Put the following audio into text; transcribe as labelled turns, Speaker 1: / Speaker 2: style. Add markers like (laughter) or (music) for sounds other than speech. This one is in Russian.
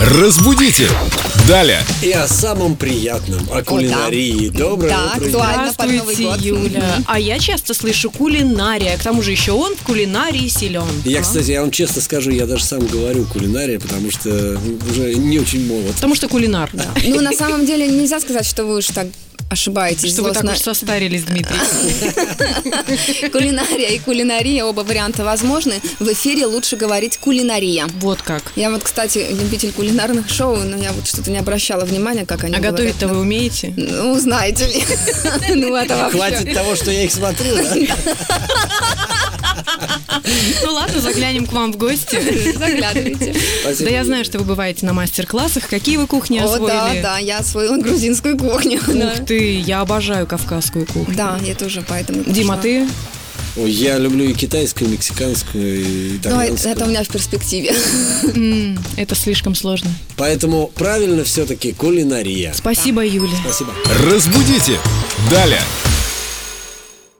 Speaker 1: Разбудите! Далее!
Speaker 2: И о самом приятном, о кулинарии. Доброе
Speaker 3: Да,
Speaker 2: утро.
Speaker 3: актуально под Новый
Speaker 4: Здравствуйте,
Speaker 3: год.
Speaker 4: Юля. А я часто слышу кулинария. К тому же еще он в кулинарии силен.
Speaker 2: Я,
Speaker 4: А?
Speaker 2: кстати, я вам честно скажу, я даже сам говорю кулинария, потому что уже не очень молод.
Speaker 4: Потому что кулинар,
Speaker 3: (laughs)
Speaker 4: да.
Speaker 3: Ну, на самом деле, нельзя сказать, что вы уж так ошибаетесь.
Speaker 4: Что вы так
Speaker 3: злостно.
Speaker 4: уж
Speaker 3: (laughs)
Speaker 4: состарились, Дмитрий.
Speaker 3: Кулинария и кулинария, оба варианта возможны. В эфире лучше говорить кулинария.
Speaker 4: Вот как.
Speaker 3: Я вот, кстати, любитель кулинарных шоу, но я вот что-то не обращала внимания, как они
Speaker 4: А
Speaker 3: говорят.
Speaker 4: готовить-то вы умеете?
Speaker 3: Ну, знаете ли. (laughs) Ну, это вообще.
Speaker 2: Хватит того, что я их смотрю, да?
Speaker 4: Ну ладно, заглянем к вам в
Speaker 3: (laughs)
Speaker 4: гости.
Speaker 3: Заглядывайте.
Speaker 4: Да я знаю, что вы бываете на мастер-классах. Какие вы кухни
Speaker 3: О, да,
Speaker 4: освоили?
Speaker 3: да, я освоила грузинскую кухню.
Speaker 4: Ух ты, я обожаю кавказскую кухню.
Speaker 3: Да, я тоже поэтому...
Speaker 4: Дима,
Speaker 3: пошла.
Speaker 4: ты?
Speaker 2: Ой, я люблю и китайскую, и мексиканскую, и
Speaker 3: Ну, это
Speaker 2: итальянскую.
Speaker 3: это у меня в перспективе.
Speaker 4: М, Это слишком сложно.
Speaker 2: Поэтому правильно все-таки кулинария.
Speaker 4: Спасибо, Юля.
Speaker 2: Спасибо.
Speaker 1: Разбудите! Далее!